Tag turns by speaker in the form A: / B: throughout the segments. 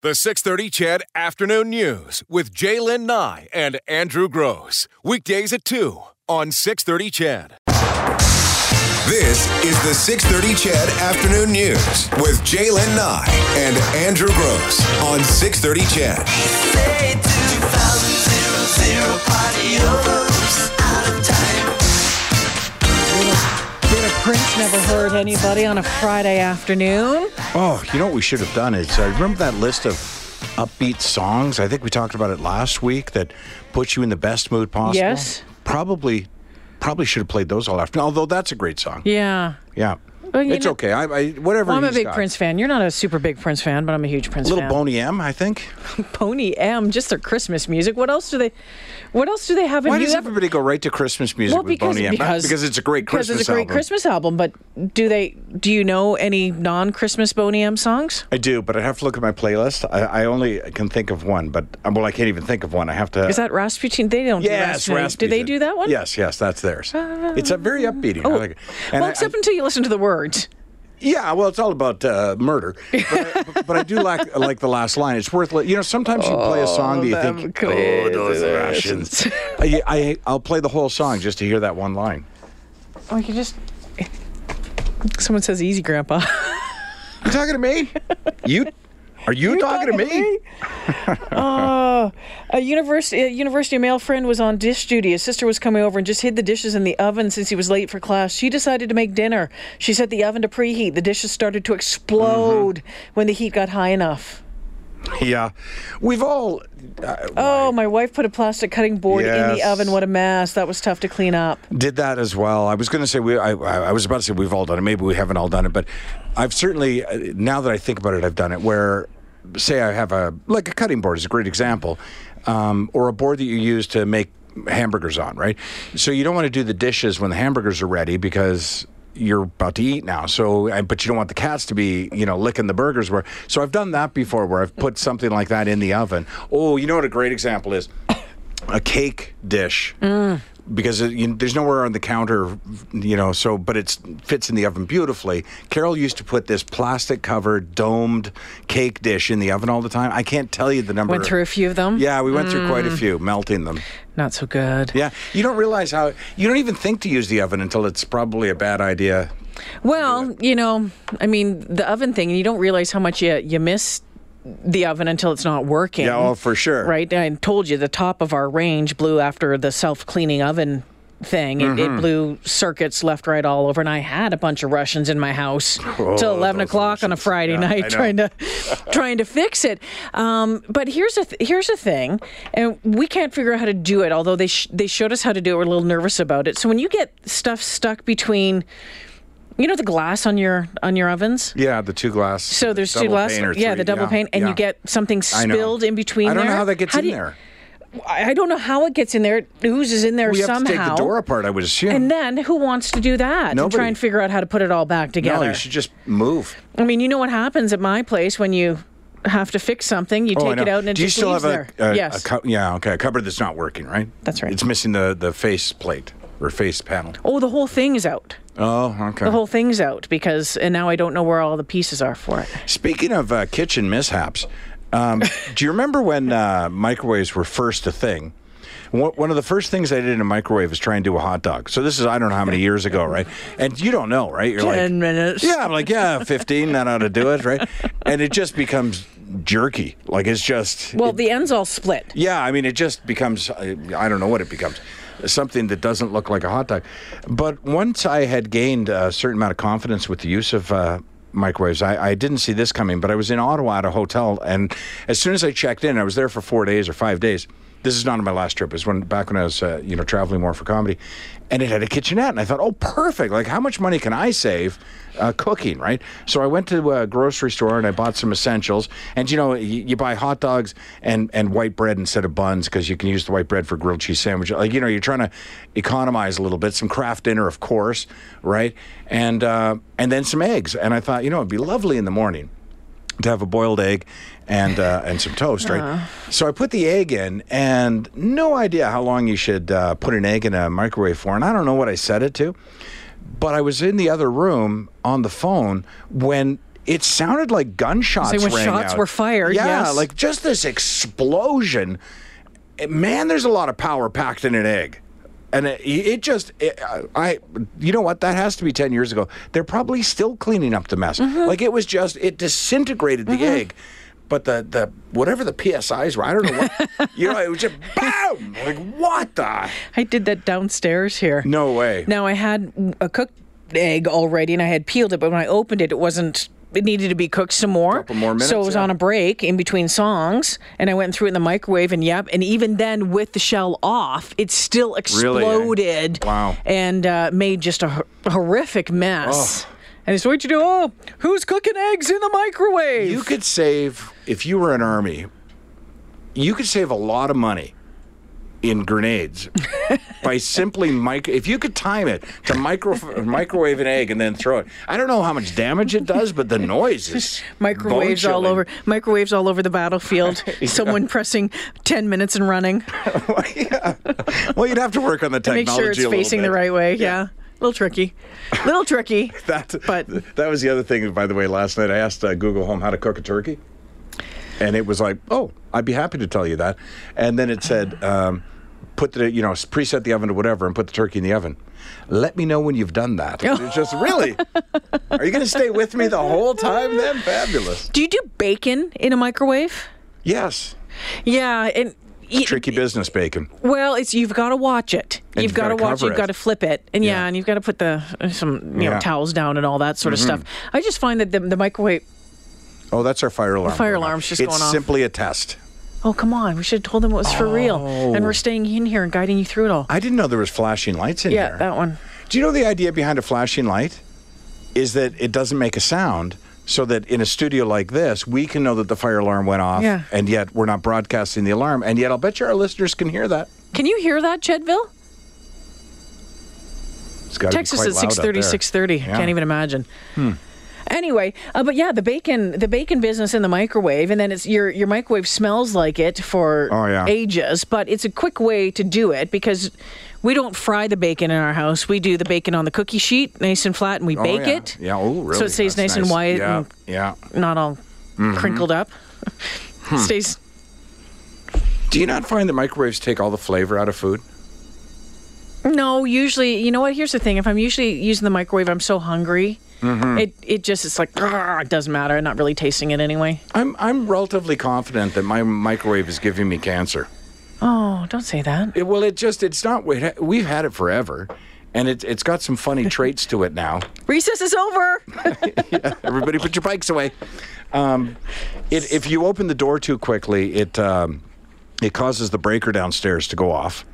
A: The 630 Chad Afternoon News with Jaylen Nye and Andrew Gross. Weekdays at 2 on 630 Chad.
B: This is the 630 Chad Afternoon News with Jaylen Nye and Andrew Gross on 630 Chad.
C: Did a Prince never hurt anybody on a Friday afternoon?
D: Oh, you know what we should have done is I remember that list of upbeat songs. I think we talked about it last week that put you in the best mood possible.
C: Yes.
D: Probably, probably should have played those all afternoon. Although that's a great song.
C: Yeah.
D: Yeah.
C: Well, you
D: it's
C: know-
D: okay. I, I whatever.
C: Well, I'm a
D: he's
C: big
D: got.
C: Prince fan. You're not a super big Prince fan, but I'm a huge Prince
D: Little
C: fan.
D: Boney M, I think.
C: Pony M, just their Christmas music. What else do they? What else do they have? in
D: Why
C: do
D: does
C: you ever-
D: everybody go right to Christmas music
C: well, because,
D: with Boney M? Not
C: because
D: because it's a great
C: because
D: Christmas
C: it's a great
D: album.
C: Christmas album. But do they? Do you know any non-Christmas Boney M songs?
D: I do, but I have to look at my playlist. I, I only can think of one, but uh, well, I can't even think of one. I have to.
C: Is that Rasputin? They don't.
D: Yes,
C: do Rasputin. Do they
D: Rasputin.
C: do that one? Ah.
D: Yes, yes, that's theirs. It's a very upbeating. I
C: Oh.
D: like it. And
C: well,
D: I-
C: except
D: I-
C: until you listen to the words.
D: Yeah, well, it's all about uh, murder, but I, but I do like like the last line. It's worth li- you know. Sometimes you play a song that you think,
C: Oh, them
D: oh, those Russians. I, I I'll play the whole song just to hear that one line.
C: Oh, you just. Someone says easy, Grandpa.
D: You talking to me? You are you talking, to me?
C: Oh, a university, a university male friend was on dish duty. His sister was coming over and just hid the dishes in the oven since he was late for class. She decided to make dinner. She set the oven to preheat. The dishes started to explode
D: Mm-hmm.
C: when the heat got high enough.
D: Yeah, we've all.
C: Oh, my wife put a plastic cutting board in the
D: Yes.
C: oven. What a mess. That was tough to clean up.
D: did that as well. I was going to say we. I, I I was about to say we've all done it. Maybe we haven't all done it, but I've certainly. uh, Now that I think about it, I've done it. Where, say, I have a like a cutting board is a great example, um, or a board that you use to make hamburgers on, right? So you don't want to do the dishes when the hamburgers are ready because you're about to eat now. So, and- but you don't want the cats to be, you know, licking the burgers. Where so I've done that before, where I've put something like that in the oven. Oh, you know what a great example is a cake dish because it, you, there's nowhere on the counter, you know. So, but it fits in the oven beautifully. Carol used to put this plastic covered domed cake dish in the oven all the time. I can't tell you the number.
C: Went through Mm. a few of them.
D: Yeah, we went through quite a few, melting them.
C: Not so good.
D: Yeah, you don't realize how you don't even think to use the oven until it's probably a bad idea.
C: Well, you know, I mean, the oven thing, you don't realize how much you, you miss the oven until it's not working.
D: Yeah, oh, for sure.
C: Right? I told you the top of our range blew after the self cleaning oven thing. It,
D: Mm-hmm.
C: it blew circuits left, right, all over. And I had a bunch of Russians in my house till 11
D: Oh, those
C: o'clock on a
D: Russians.
C: Friday
D: Yeah, I know.
C: night trying to trying to fix it. Um, but here's a th- here's a thing, and we can't figure out how to do it. Although they sh- they showed us how to do it, we're a little nervous about it. So when you get stuff stuck between, you know, the glass on your on your ovens.
D: Yeah, the two glass.
C: So there's two
D: double
C: glass,
D: pane or
C: yeah,
D: three,
C: the double pane, and
D: yeah.
C: you get something
D: I know.
C: spilled in between.
D: I don't
C: there.
D: know how that gets
C: How
D: in
C: do you-
D: there.
C: I I don't know how it gets in there. It oozes in there
D: We have
C: somehow.
D: to take the door apart. I would assume.
C: And then who wants to do that? And try
D: Nobody.
C: and figure out how to put it all back
D: no,
C: together.
D: you should just move.
C: I mean, you know what happens at my place when you have to fix something? You
D: Oh, I
C: take it
D: know.
C: out and it
D: Do you
C: just
D: still
C: leaves
D: have
C: there.
D: a, a,
C: yes.
D: a cup? Yeah, okay, a cupboard that's not working, right?
C: That's right.
D: It's missing the the face plate or face panel.
C: oh, the whole thing is out.
D: Oh, okay.
C: The whole thing's out because, and now I don't know where all the pieces are for it.
D: Speaking of uh, kitchen mishaps, um, do you remember when uh, microwaves were first a thing? One one of the first things I did in a microwave was try and do a hot dog. So this is I don't know how many years ago, right? And you don't know, right? You're like,
C: Ten minutes.
D: Yeah, I'm like, yeah, 15, that ought to do it, right? And it just becomes jerky. Like it's just
C: Well, the end's all split.
D: Yeah, I mean, it just becomes, I I don't know what it becomes, something that doesn't look like a hot dog. But once I had gained a certain amount of confidence with the use of uh, microwaves, I, I didn't see this coming, but I was in Ottawa at a hotel, and as soon as I checked in, I was there for four days or five days. This is not on my last trip. It was when back when I was, uh, you know, traveling more for comedy, and it had a kitchenette, and I thought, oh, perfect! Like, how much money can I save uh, cooking, right? So I went to a grocery store and I bought some essentials. And you know, you, you buy hot dogs and and white bread instead of buns because you can use the white bread for grilled cheese sandwich. Like you know, you're trying to economize a little bit. Some craft dinner, of course, right? And uh, and then some eggs. And I thought, you know, it'd be lovely in the morning to have a boiled egg and uh, and some toast, right?
C: Uh-huh.
D: So I put the egg in, and no idea how long you should uh, put an egg in a microwave for, and I don't know what I set it to, but I was in the other room on the phone when it sounded like gunshots.
C: Say when
D: rang
C: shots
D: out.
C: were fired,
D: Yeah,
C: yes.
D: like just this explosion. Eh, Man, there's a lot of power packed in an egg. And it, it just, it, I, you know what? That has to be 10 years ago. They're probably still cleaning up the mess. Like it was just, it disintegrated the egg. But the, the whatever the PSIs were, I don't know what, you know, it was just boom! Like, what the?
C: I did that downstairs here.
D: No way.
C: Now I had a cooked egg already, and I had peeled it, but when I opened it, it wasn't. It needed to be cooked some more.
D: Couple more minutes,
C: so it was
D: yeah.
C: on a break in between songs, and I went through it in the microwave, and yep, and even then with the shell off, it still
D: Really, eh?
C: exploded.
D: Wow.
C: And uh, made just a hor- horrific mess. And it's what you do. Oh, who's cooking eggs in the microwave?
D: You could save if you were an army. You could save a lot of money in grenades by simply micro. If you could time it to micro- microwave an egg and then throw it. I don't know how much damage it does, but the noise is
C: microwaves all
D: bone-chilling.
C: over microwaves all over the battlefield. Someone pressing ten minutes and running.
D: yeah. Well, you'd have to work on the technology.
C: make sure it's
D: a little
C: facing
D: bit.
C: the right way. Yeah. A little tricky. little tricky.
D: That,
C: But-
D: that was the other thing. By the way, last night I asked uh, Google Home how to cook a turkey, and it was like, "Oh, I'd be happy to tell you that." And then it said, um, "Put the you know preset the oven to whatever, and put the turkey in the oven. Let me know when you've done that." And it's just really. Are you going to stay with me the whole time? Then fabulous.
C: Do you do bacon in a microwave?
D: Yes,
C: Yeah, and y-
D: tricky business bacon.
C: Well, it's you've got to watch it.
D: And
C: you've
D: you've
C: got to
D: gotta
C: watch.
D: cover
C: You've
D: it.
C: got to flip it, and yeah,
D: Yeah.
C: and you've got to put the uh, some you know
D: Yeah.
C: towels down and all that sort of stuff. I just find that the, the microwave.
D: Oh, that's our fire alarm.
C: fire
D: going off.
C: alarm's just
D: it's
C: going off.
D: simply a test.
C: Oh come on! We should have told them it was for real, and we're staying in here and guiding you through it all.
D: I didn't know there was flashing lights in
C: yeah,
D: here.
C: that one.
D: Do you know the idea behind a flashing light is that it doesn't make a sound? So that in a studio like this, we can know that the fire alarm went off,
C: Yeah.
D: and yet we're not broadcasting the alarm, and yet I'll bet you our listeners can hear that.
C: Can you hear that, Chedville?
D: It's gotta be
C: Texas
D: quite
C: at
D: loud up
C: 6:30,
D: there.
C: 6:30.
D: Yeah. Hmm.
C: Can't even imagine. Anyway, uh, but yeah, the bacon, the bacon business in the microwave, and then it's your your microwave smells like it for
D: Oh, yeah.
C: ages. But it's a quick way to do it because we don't fry the bacon in our house. We do the bacon on the cookie sheet, nice and flat, and we
D: Oh,
C: bake
D: yeah.
C: it.
D: Yeah, oh, really?
C: So it stays
D: That's
C: nice, and white
D: Yeah, yeah.
C: and not all
D: Mm-hmm.
C: crinkled up.
D: Hmm.
C: stays.
D: Do you not find that microwaves take all the flavor out of food?
C: No, usually, you know what? Here's the thing: if I'm usually using the microwave, I'm so hungry.
D: Mm-hmm.
C: It it just it's like "Grr," it doesn't matter. I'm not really tasting it anyway.
D: I'm, I'm relatively confident that my microwave is giving me cancer.
C: Oh, don't say that.
D: It- well, it just, it's not, we've had it forever, and it, it's got some funny traits to it now.
C: Recess is over.
D: Everybody, put your bikes away. Um, it, if you open the door too quickly, it um, it causes the breaker downstairs to go off.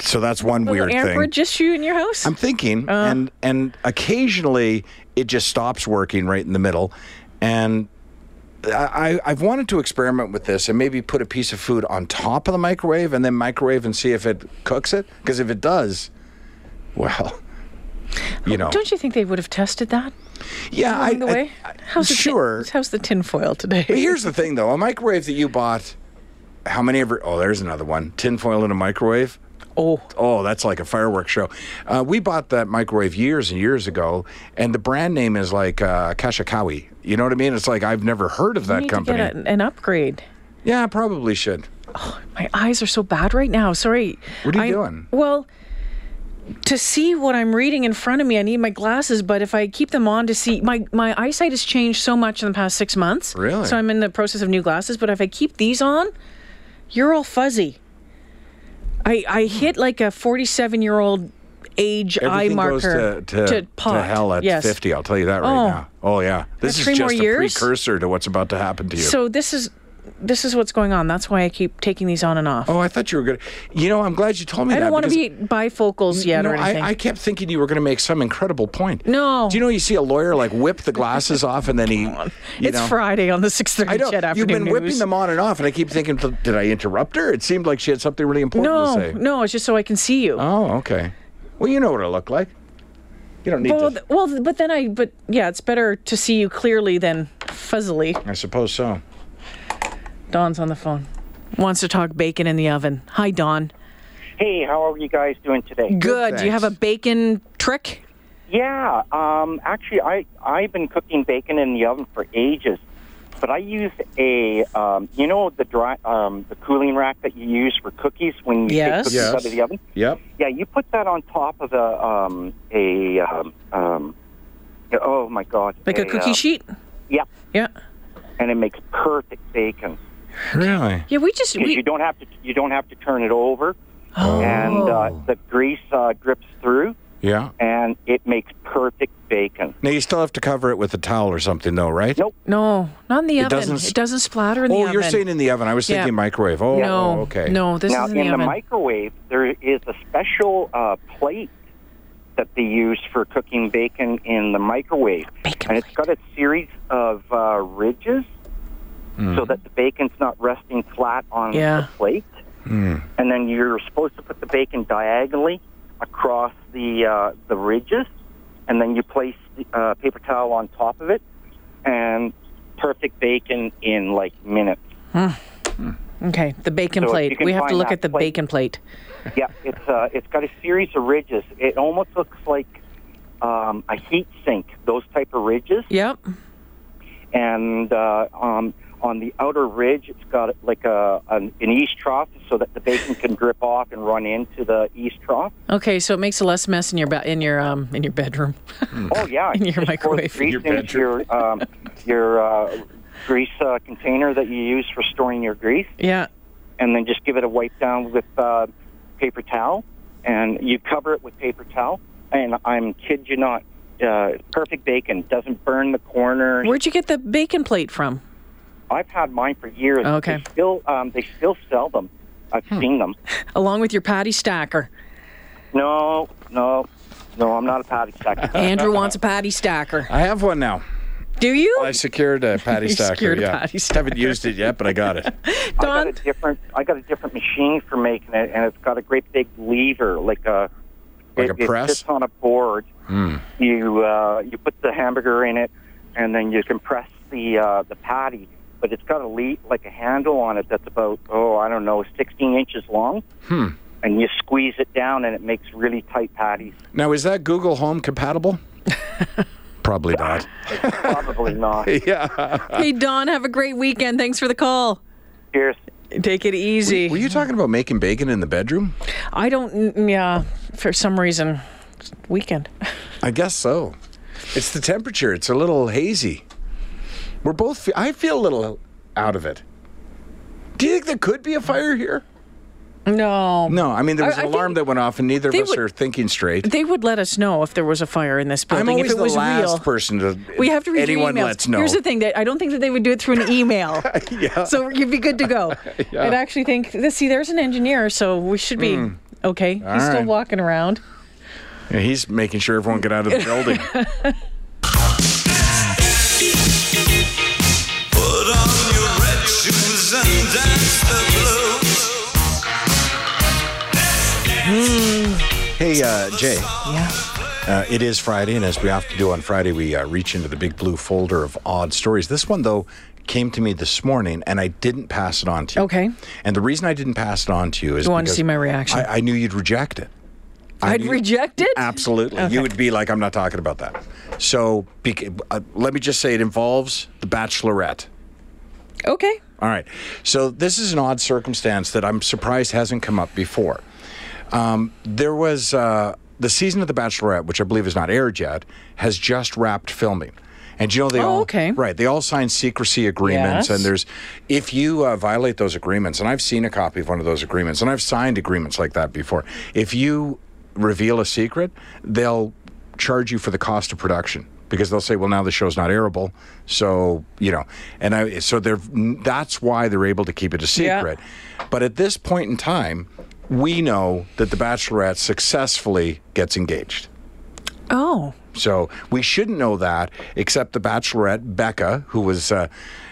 D: So that's one weird
C: Amber,
D: thing.
C: just you in your house?
D: I'm thinking,
C: Uh.
D: and and occasionally it just stops working right in the middle, and. I, I- I've wanted to experiment with this and maybe put a piece of food on top of the microwave and then microwave and see if it cooks it. Because if it does, well, you know.
C: Oh, Don't you think they would have tested that
D: yeah, I-
C: along the
D: I-
C: way?
D: I-
C: how's the tin-
D: sure.
C: how's the tinfoil today?
D: But here's the thing, though. A microwave that you bought, how many ever? Oh, there's another one. Tinfoil in a microwave.
C: oh,
D: Oh, that's like a fireworks show. Uh, we bought that microwave years and years ago, and the brand name is like uh, Kashikawi. You know what I mean? It's like I've never heard of
C: you
D: that
C: need
D: company.
C: to get a- an upgrade.
D: yeah, I probably should.
C: My eyes are so bad right now. Sorry.
D: What are you
C: I-
D: doing?
C: Well, to see what I'm reading in front of me, I need my glasses. But if I keep them on to see, my my eyesight has changed so much in the past six months.
D: Really?
C: So I'm in the process of new glasses. But if I keep these on, you're all fuzzy. I I hit like a 47 year old age
D: Everything
C: eye marker
D: goes to, to, to
C: pot.
D: hell at
C: yes.
D: 50. I'll tell you that right
C: Oh.
D: now. Oh, yeah. This is
C: three
D: just
C: more
D: a
C: years?
D: precursor to what's about to happen to you.
C: So this is this is what's going on. That's why I keep taking these on and off.
D: oh, I thought you were good. You know, I'm glad you told me
C: I
D: that.
C: don't want to
D: because-
C: be bifocals yet
D: No,
C: or anything.
D: I, I kept thinking you were going to make some incredible point.
C: No.
D: Do you know you see a lawyer like whip the glasses off and then he, you
C: it's
D: know,
C: Friday on the
D: I
C: 6:30
D: don't.
C: Chet
D: You've
C: Afternoon
D: been whipping
C: News.
D: them on and off, and I keep thinking, did I interrupt her? It seemed like she had something really important
C: No,
D: to say.
C: no, it's just so I can see you.
D: Oh, okay. Well, you know what I look like. You don't need
C: well,
D: to.
C: th- well, th- but then I, but yeah, it's better to see you clearly than fuzzily.
D: I suppose so.
C: Dawn's on the phone, wants to talk bacon in the oven. Hi, Dawn.
E: Hey, how are you guys doing today?
C: Good. Do you have a
D: thanks.
C: bacon trick?
E: Yeah, um, actually, I I've been cooking bacon in the oven for ages, but I use a um, you know the dry um, the cooling rack that you use for cookies when you
C: Yes.
E: take cookies
D: Yes.
E: out of the oven.
D: Yep.
E: Yeah, you put that on top of a um, a um, um, oh my god,
C: Like a cookie
E: um,
C: sheet?
E: Yeah,
C: Yeah.
E: and it makes perfect bacon.
D: Really?
C: Yeah, we just
E: 'Cause
C: we
E: you don't have to you don't have to turn it over, and uh,
C: Oh.
E: the grease uh, drips through,
D: Yeah.
E: and it makes perfect bacon.
D: Now you still have to cover it with a towel or something, though, right?
E: Nope.
C: no, not in the oven.
D: doesn't s-
C: it doesn't splatter in
D: Oh,
C: the oven.
D: you're saying in the oven. I was
C: Yeah.
D: thinking microwave. Oh,
C: no,
D: oh, okay.
C: no, this
E: now,
C: is
E: in
C: in the oven.
E: microwave, there is a special uh, plate that they use for cooking bacon in the microwave,
C: Bacon
E: and it's got a series of uh, ridges so that the bacon's not resting flat on
C: Yeah.
E: the plate. And then you're supposed to put the bacon diagonally across the uh, the ridges, and then you place the uh, paper towel on top of it, and perfect bacon in like minutes.
C: okay, the bacon
E: So if you
C: plate.
E: can
C: We have to
E: find
C: look
E: that
C: at the
E: plate-
C: bacon plate.
E: Yeah, it's uh, it's got a series of ridges. It almost looks like um, a heat sink, those type of ridges.
C: Yep.
E: And uh, um, on the outer ridge, it's got like a an, an east trough, so that the bacon can drip off and run into the east trough.
C: Okay, so it makes less mess in your ba- in your um in your bedroom.
E: Oh yeah,
C: Hmm. In your
E: Just pour the
C: microwave.
E: grease
D: Your
E: into your um, your uh, grease uh, container that you use for storing your grease,
C: yeah.
E: and then just give it a wipe down with uh, paper towel, and you cover it with paper towel. And I'm kid you not, uh, perfect bacon doesn't burn the corners.
C: Where'd you get the bacon plate from?
E: I've had mine for years.
C: Okay.
E: They still um, they still sell them. I've seen them.
C: Along with your patty stacker.
E: No, no, no. I'm not a patty stacker.
C: Andrew wants a patty stacker.
D: I have one now.
C: Do you?
D: I secured a patty
C: You
D: stacker.
C: secured a
D: yeah.
C: patty
D: Haven't used it yet, but I got it.
E: I got a
C: Don?
E: different. I got a different machine for making it, and it's got a great big lever, like a
D: Like
E: it,
D: a press? Hmm.
E: It sits on a board. You uh, you put the hamburger in it, and then you compress the uh, the patty. But it's got a le- like a handle on it that's about oh I don't know 16 inches long.
D: Hmm.
E: And you squeeze it down, and it makes really tight patties.
D: Now, is that Google Home compatible? Probably not.
E: Probably not.
C: Hey Don, have a great weekend. Thanks for the call.
E: Cheers.
C: Take it easy.
D: Were you talking about making bacon in the bedroom?
C: I don't mm, yeah, for some reason it's weekend.
D: I guess so. It's the temperature. It's a little hazy. We're both. Fe- I feel a little out of it. Do you think there could be a fire here?
C: No.
D: No, I mean there was
C: I-
D: an
C: I
D: alarm
C: think
D: that went off, and neither of
C: they
D: us
C: would-
D: are thinking straight.
C: They would let us know if there was a fire in this building
D: I'm always
C: if it
D: the
C: was
D: last
C: real.
D: person to.
C: we have to read your
D: anyone
C: emails.
D: lets know.
C: Here's the thing that I don't think that they would do it through an email. So you'd be good to go. I'd actually think this see there's an engineer, so we should be okay. He's still
D: Hmm. right.
C: walking around.
D: Yeah, He's making sure everyone get out of the building.
F: Put on your red shoes and dance the blues.
D: hey, uh, Jay.
C: Yeah.
D: Uh, it is Friday, and as we often do on Friday, we uh, reach into the big blue folder of odd stories. This one, though, came to me this morning, and I didn't pass it on to you.
C: Okay.
D: And the reason I didn't pass it on to you is
C: You wanted to
D: because
C: see my reaction.
D: I, I knew you'd reject it. I
C: I'd
D: knew-
C: reject it.
D: Absolutely. You would be like, I'm not talking about that. So bec- uh, let me just say it involves The Bachelorette.
C: Okay.
D: All right. So this is an odd circumstance that I'm surprised hasn't come up before. Um, there was uh, the season of The Bachelorette, which I believe is not aired yet, has just wrapped filming. And you know they
C: Oh,
D: all
C: okay.
D: right. They all sign secrecy agreements,
C: Yes.
D: and there's if you uh, violate those agreements, and I've seen a copy of one of those agreements, and I've signed agreements like that before. If you reveal a secret, they'll charge you for the cost of production because they'll say, "Well, now the show's not airable," so you know, and I, so they're that's why they're able to keep it a
C: Yeah.
D: secret. But at this point in time, we know that the Bachelorette successfully gets engaged.
C: Oh.
D: So we shouldn't know that, except the Bachelorette Becca, who was, uh,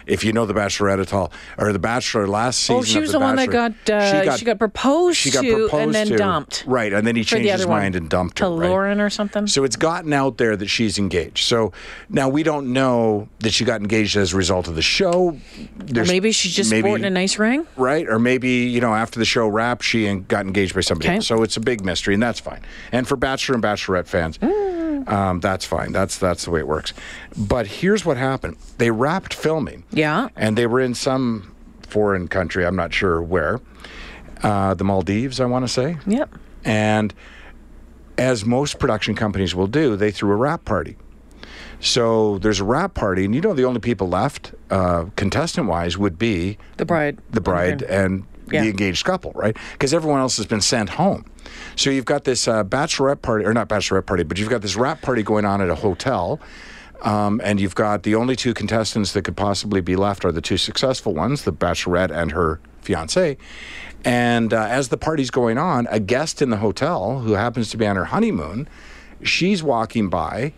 D: if you know the Bachelorette at all, or the Bachelor last season.
C: Oh, she
D: of
C: was
D: the,
C: the one that
D: Bachelor,
C: got, uh, she got proposed
D: she got
C: to and
D: proposed
C: then
D: to.
C: dumped.
D: Right, and then he
C: For the
D: changed his
C: other one.
D: mind and dumped her.
C: To
D: right?
C: Lauren or something?
D: So it's gotten out there that she's engaged. So now we don't know that she got engaged as a result of the show.
C: Or
D: There's-
C: maybe she's just
D: maybe-
C: sporting a nice ring.
D: right? Or maybe you know after the show wrapped, she en- got engaged by somebody
C: Okay.
D: else. So it's a big mystery, and that's fine. And for Bachelor and Bachelorette fans,
C: Mm.
D: Um, that's fine. That's that's the way it works. But here's what happened: they wrapped filming.
C: Yeah.
D: And they were in some foreign country. I'm not sure where. Uh, the Maldives, I want to say.
C: Yep.
D: And as most production companies will do, they threw a wrap party. So there's a wrap party, and you know the only people left, uh, contestant-wise, would be
C: The bride.
D: the bride and
C: Yeah.
D: the engaged couple, right? Because everyone else has been sent home. So you've got this uh, bachelorette party, or not bachelorette party, but you've got this wrap party going on at a hotel. Um, and you've got the only two contestants that could possibly be left are the two successful ones, the bachelorette and her fiance. And uh, as the party's going on, a guest in the hotel who happens to be on her honeymoon, she's walking by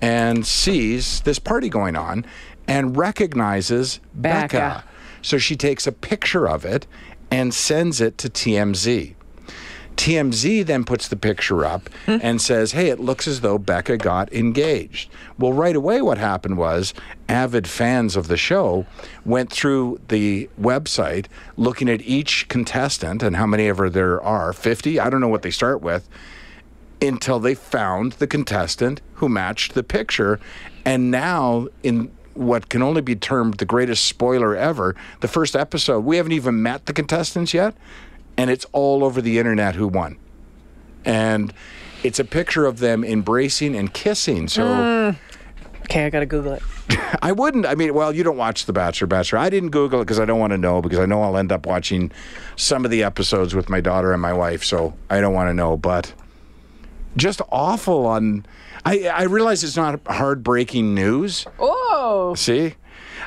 D: and sees this party going on and recognizes
C: Becca.
D: Becca. So she takes a picture of it and sends it to TMZ. TMZ then puts the picture up and says, hey, it looks as though Becca got engaged. Well, right away, what happened was avid fans of the show went through the website looking at each contestant and how many of her there are 50. I don't know what they start with until they found the contestant who matched the picture. And now, in what can only be termed the greatest spoiler ever, the first episode, we haven't even met the contestants yet. And it's all over the internet who won. And it's a picture of them embracing and kissing. So
C: Okay, I gotta Google it.
D: I wouldn't. I mean, well, you don't watch The Bachelor, Bachelor. I didn't Google it because I don't want to know because I know I'll end up watching some of the episodes with my daughter and my wife, so I don't want to know. But just awful on. I I realize it's not heartbreaking news.
C: Oh.
D: See.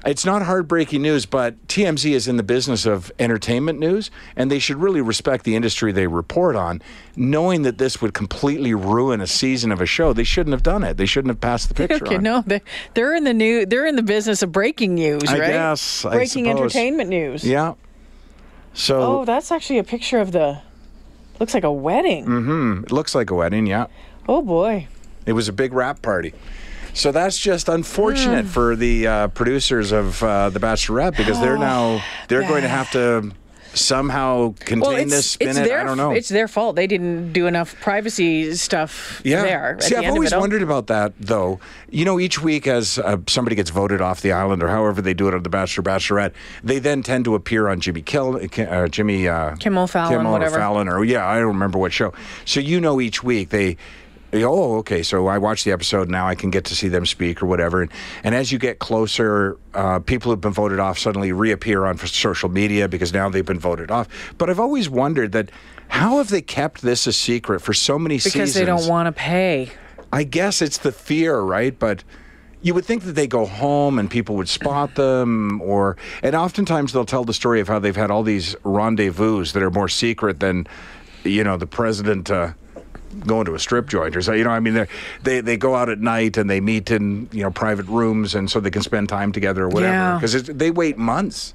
D: It's not heartbreaking news, but TMZ is in the business of entertainment news, and they should really respect the industry they report on. Knowing that this would completely ruin a season of a show, they shouldn't have done it. They shouldn't have passed the picture.
C: Okay,
D: on.
C: no, they, they're in the new. They're in the business of breaking news,
D: I
C: right?
D: guess, I
C: breaking
D: suppose.
C: entertainment news.
D: Yeah. So
C: Oh, that's actually a picture of the. Looks like a wedding.
D: It looks like a wedding, yeah.
C: Oh boy.
D: It was a big rap party. So that's just
C: Hmm.
D: unfortunate for the uh, producers of uh, The Bachelorette because they're
C: Oh,
D: now they're going to have to somehow contain this, spin it.
C: their
D: I don't know.
C: it's their fault. They didn't do enough privacy stuff
D: yeah.
C: there. At
D: See,
C: the
D: I've
C: end
D: always
C: of it all.
D: wondered about that, though. You know, each week as uh, somebody gets voted off the island or however they do it on The Bachelor, Bachelorette, they then tend to appear on Jimmy Kill, uh, Jimmy uh,
C: Kimmel Fallon,
D: Kimmel
C: whatever.
D: or Fallon or yeah, I don't remember what show. So you know, each week they. they, Oh, okay. So I watched the episode. Now I can get to see them speak or whatever. And, and as you get closer, uh, people who've been voted off suddenly reappear on f- social media because now they've been voted off. But I've always wondered that how have they kept this a secret for so many
C: because
D: seasons?
C: they don't want to pay.
D: I guess it's the fear, right? But you would think that they go home and people would spot them, or and oftentimes they'll tell the story of how they've had all these rendezvous that are more secret than, you know, the president. Uh, Going to a strip joint or so, you know. I mean, they they they go out at night and they meet in you know private rooms and so they can spend time together or whatever.
C: Yeah.
D: Because they wait months.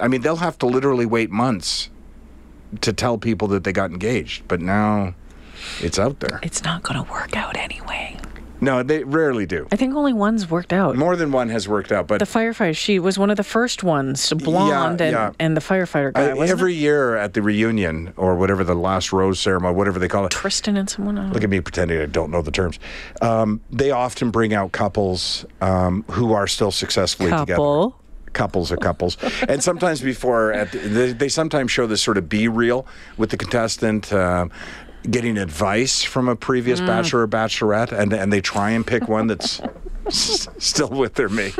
D: I mean, they'll have to literally wait months to tell people that they got engaged. But now, it's out there.
C: It's not going to work out anyway.
D: No, they rarely do.
C: I think only one's worked out.
D: More than one has worked out, but
C: the firefighter, she was one of the first ones, blonde, and,
D: yeah.
C: and the firefighter guy.
D: I-
C: wasn't
D: every
C: it?
D: year at the reunion or whatever the last rose ceremony, whatever they call it,
C: Tristan and someone. else.
D: look at me pretending I don't know the terms. Um, they often bring out couples um, who are still successfully
C: Couple.
D: together. Couples are couples, and sometimes before at the, they, they sometimes show this sort of B reel with the contestant. um Getting advice from a previous
C: Mm.
D: bachelor or bachelorette, and and they try and pick one that's s- still with their mate.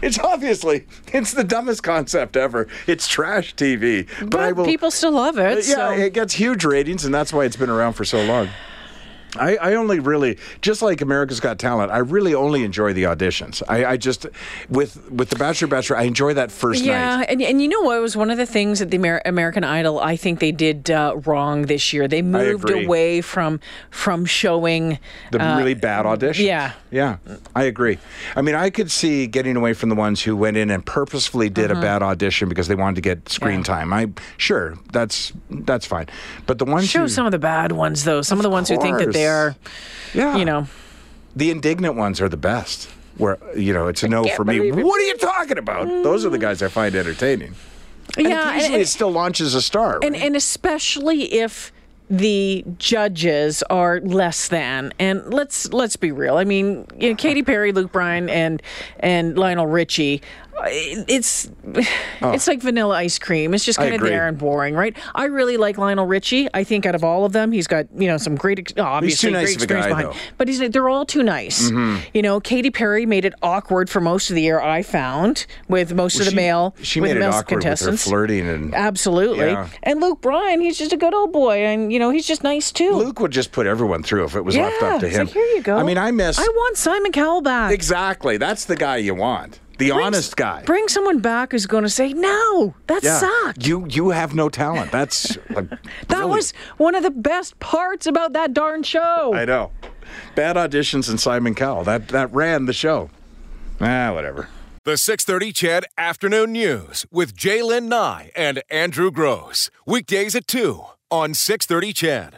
D: It's obviously it's the dumbest concept ever. It's trash TV, but, I will
C: people still love it.
D: Uh, yeah,
C: so.
D: it gets huge ratings, and that's why it's been around for so long. I, I only really, just like America's Got Talent, I really only enjoy the auditions. I, I just, with with the Bachelor Bachelor, I enjoy that first
C: Yeah,
D: night.
C: and, and you know what was one of the things that the Amer- American Idol I think they did uh, wrong this year. They moved
D: agree.
C: away from from showing uh,
D: The really bad auditions.
C: yeah.
D: uh, Yeah, I agree. I mean, I could see getting away from the ones who went in and purposefully did a bad audition because they wanted to get screen
C: Yeah.
D: time. I Sure, that's that's fine. But the ones
C: show
D: who,
C: some of the bad ones though. Some of, the ones who think that they are,
D: course. yeah.
C: you know,
D: the indignant ones are the best. Where you know it's a no for me. What are you talking about? Those are the guys I find entertaining. And
C: yeah,
D: occasionally it still launches a star.
C: and
D: right?
C: and especially if the judges are less than. And let's let's be real. I mean, you know, Katy Perry, Luke Bryan, and and Lionel Richie. uh, it- It's it's like vanilla ice cream. It's just
D: Oh. I
C: kind of
D: agree.
C: there and boring, right? I really like Lionel Richie. I think out of all of them, he's got you know some great ex- obviously
D: nice
C: great
D: of a
C: experience
D: guy,
C: behind.
D: though. Mm-hmm.
C: But he's they're all too nice. You know, Katy Perry made it awkward for most of the year. I found with most of the
D: She-
C: male
D: She
C: with
D: made
C: the
D: it
C: male
D: awkward with her
C: contestants.
D: flirting and.
C: Absolutely.
D: Yeah.
C: And Luke Bryan, he's just a good old boy, and you know he's just nice too.
D: Luke would just put everyone through if it was
C: yeah.
D: left up to
C: it's
D: him.
C: like, here you go.
D: I mean, I miss
C: I want Simon Cowell back.
D: exactly. That's the guy you want, the honest guy.
C: Bring someone back who's going to say no. That
D: yeah.
C: sucked.
D: You you have no talent. That's like,
C: that
D: really-
C: was one of the best parts about that darn show.
D: I know. Bad auditions and Simon Cowell. That that ran the show. Ah, whatever.
A: The 630 Chad Afternoon News with Jaylen Nye and Andrew Gross. Weekdays at 2 on 630 Chad.